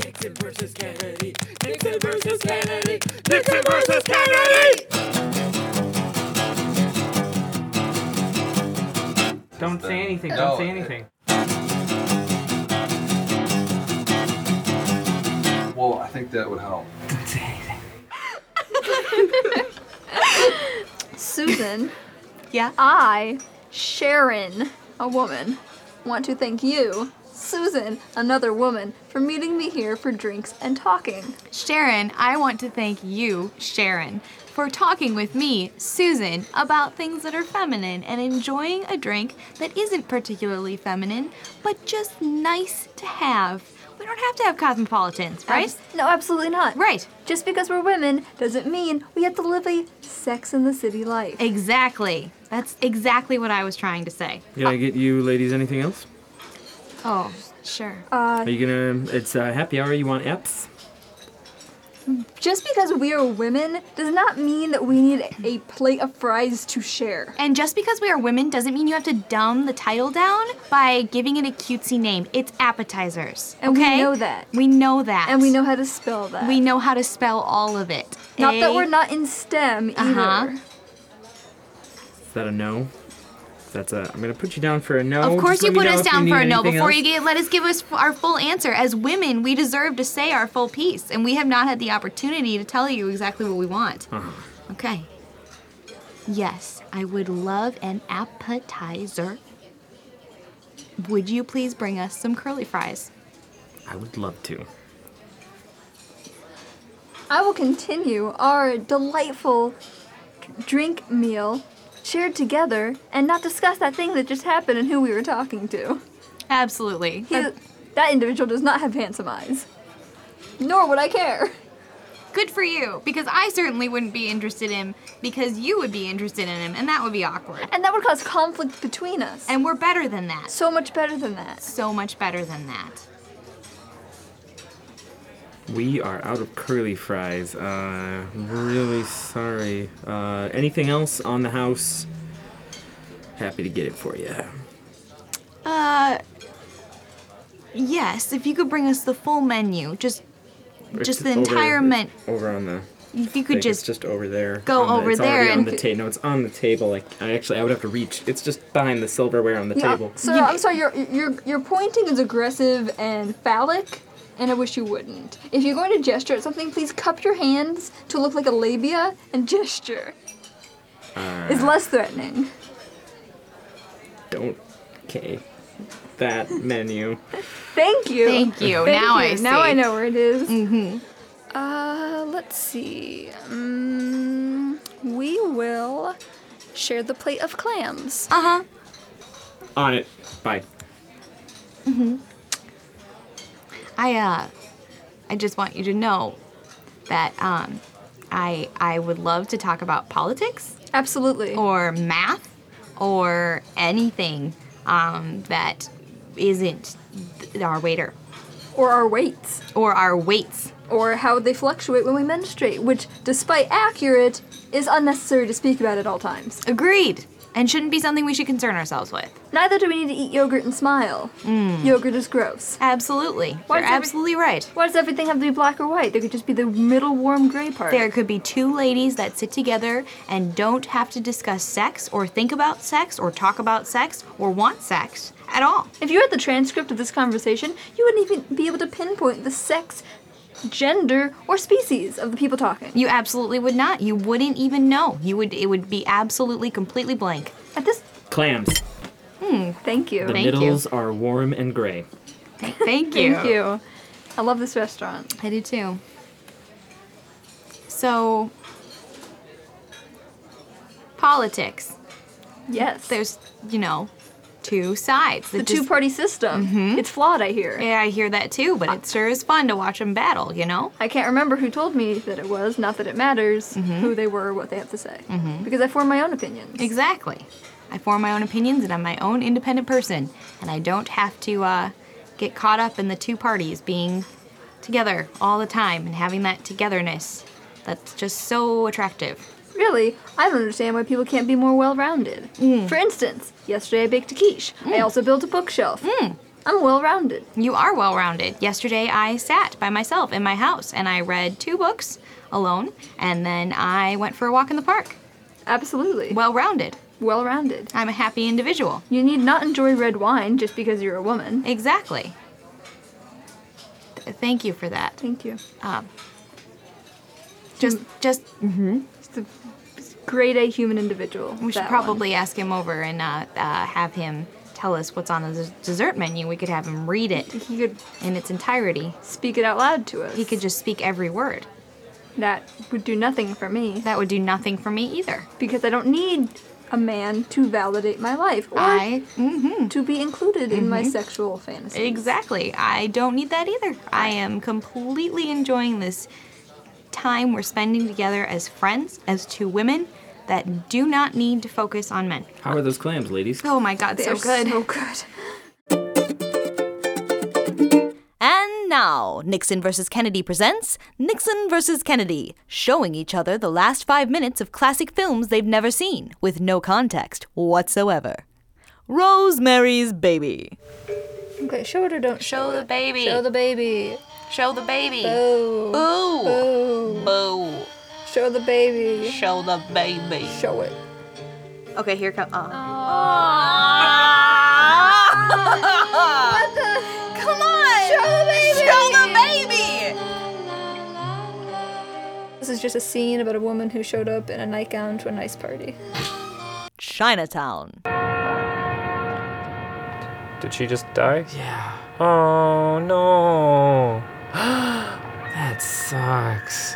Nixon versus Kennedy. Nixon versus Kennedy. Nixon versus Kennedy. Don't say anything. No, Don't say it- anything. Well, I think that would help. Don't say anything. Susan, Yeah? Uh, I, Sharon, a woman, want to thank you, Susan, another woman, for meeting me here for drinks and talking. Sharon, I want to thank you, Sharon, for talking with me, Susan, about things that are feminine and enjoying a drink that isn't particularly feminine, but just nice to have. We don't have to have cosmopolitans, right? Abs- no, absolutely not. Right. Just because we're women doesn't mean we have to live a sex in the city life. Exactly. That's exactly what I was trying to say. Can I get you ladies anything else? Oh, sure. Are you gonna? It's uh, happy hour. You want apps? Just because we are women does not mean that we need a plate of fries to share. And just because we are women doesn't mean you have to dumb the title down by giving it a cutesy name. It's appetizers. And we okay? know that. We know that. And we know how to spell that. we know how to spell all of it. Not that eh? we're not in STEM either. Uh-huh. Is that a no? That's a. I'm gonna put you down for a no. Of Oh, Just course, let you me put know us if you down need for a no anything before else. you get, let us give us our full answer. As women, we deserve to say our full piece, and we have not had the opportunity to tell you exactly what we want. Uh-huh. Okay. Yes, I would love an appetizer. Would you please bring us some curly fries? I would love to. I will continue our delightful drink meal shared together and not discuss that thing that just happened and who we were talking to. Absolutely. He, that individual does not have handsome eyes. Nor would I care. Good for you, because I certainly wouldn't be interested in him, because you would be interested in him, and that would be awkward. And that would cause conflict between us. And we're better than that. so much better than that. so much better than that. We are out of curly fries. Uh, really sorry. Uh, anything else on the house? Happy to get it for you. Uh, yes. If you could bring us the full menu, just just the entire menu. Over on the. If you thing. could it's just, just over there. go on the- over it's already there on and- the table. No, it's on the table. Like I actually, I would have to reach. It's just behind the silverware on the table. So I'm sorry, your, your, your pointing is aggressive and phallic, and I wish you wouldn't. If you're going to gesture at something, please cup your hands to look like a labia and gesture. It's less threatening. Don't. Okay. That menu. Thank you. Thank you. Now I Now I see. know where it Mm-hmm. Uh, let's see. Um, we will share the plate of clams. uh huh. On it. Bye. I uh, I just want you to know that um, I I would love to talk about politics Absolutely. or math or anything um, that isn't th- our waiter Or our weights. or our weights. Or how they fluctuate when we menstruate, which, despite accurate, is unnecessary to speak about at all times. Agreed. And shouldn't be something we should concern ourselves with. Neither do we need to eat yogurt and smile. Mm. Yogurt is gross. Absolutely. Why You're is every- absolutely right. Why does everything have to be black or white? There could just be the middle warm gray part. There could be two ladies that sit together and don't have to discuss sex or think about sex or talk about sex or want sex at all. If you read the transcript of this conversation, you wouldn't even be able to pinpoint the sex, gender, or species of the people talking. You absolutely would not. You wouldn't even know. You would it would be absolutely completely blank. At this, Clams. thank you. The Thank you. middles are warm and gray. Th- Thank you. Thank you. I love this restaurant. I do too. So politics. Yes. There's, you know, two sides. the two party system. It's flawed, I hear. Mm-hmm. Yeah, I hear that too, but it sure is fun to watch them battle, you know? I can't remember who told me that it was, not that it matters Mm-hmm. who they were or what they have to say. Because I form my own opinions. Exactly. I form my own opinions and I'm my own independent person, and I don't have to uh, get caught up in the two parties being together all the time and having that togetherness that's just so attractive. Really, I don't understand why people can't Mm. Mm. be more well rounded. For instance, yesterday I baked a quiche. I also built a bookshelf. I'm well rounded. You are well rounded. Yesterday, I sat by myself in my house and I read two books alone, and then I went for a walk in the park. Absolutely. Well rounded. Well rounded. I'm a happy individual. You need not enjoy red wine just because you're a woman. Exactly. Th- Thank you for that. Thank you. Um, just, just, It's a it's a grade A human individual. we should that one. probably ask him over and uh, uh, have him tell us what's on the des- dessert menu. We could have him read it He could in its entirety. speak it out loud to us. He could just speak every word. That would do nothing for me That would do nothing for me either. because I don't need a man to validate my life or I, Mm-hmm. to be included in my sexual fantasy. Exactly. I don't need that either. I am completely enjoying this time we're spending together as friends, as two women that do not need to focus on men. How are those clams, ladies? Oh my god, They're so good. So good. And now, Nixon versus Kennedy presents Nixon versus Kennedy, showing each other the last five minutes of classic films they've never seen, with no context whatsoever. Rosemary's Baby. Okay, show it or don't Show the baby. Show the baby. Show the baby. Boo. Boo! Boo. Boo! Show the baby. Show the baby. Show it. Okay, here comes. Oh. What the? Come on. Show the baby. Show the baby! This is just a scene about a woman who showed up in a nightgown to a nice party. Chinatown. Did she just die? Oh no. that sucks.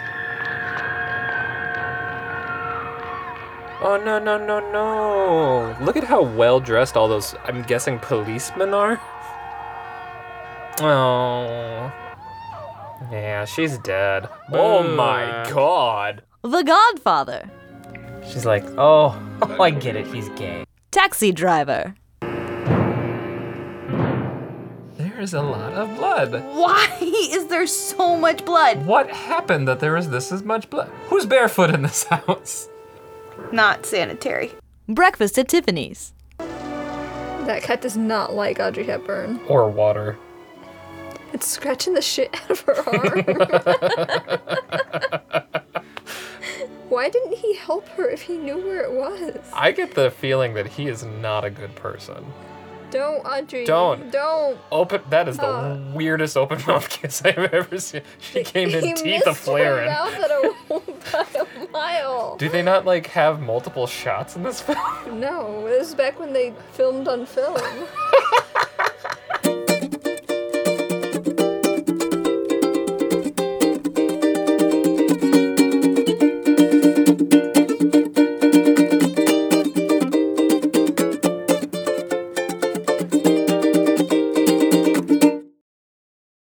Oh no no no no. Look at how well dressed all those I'm guessing policemen are. Oh. Yeah, she's dead. Oh my god. The Godfather. She's like, "Oh, I get it. He's gay." Taxi Driver. There is a lot of blood. Why is there so much blood? What happened that there is this as much blood? Who's barefoot in this house? Not sanitary. Breakfast at Tiffany's. That cat does not like Audrey Hepburn. Or water. It's scratching the shit out of her arm. Why didn't he help her if he knew where it was? I get the feeling that he is not a good person. Don't, Audrey. Don't. Don't. Open. That is the Uh. weirdest open mouth kiss I've ever seen. She came he in teeth missed a her flaring. mouth at a, by a mile. Do they not like have multiple shots in this film? No, it was back when they filmed on film.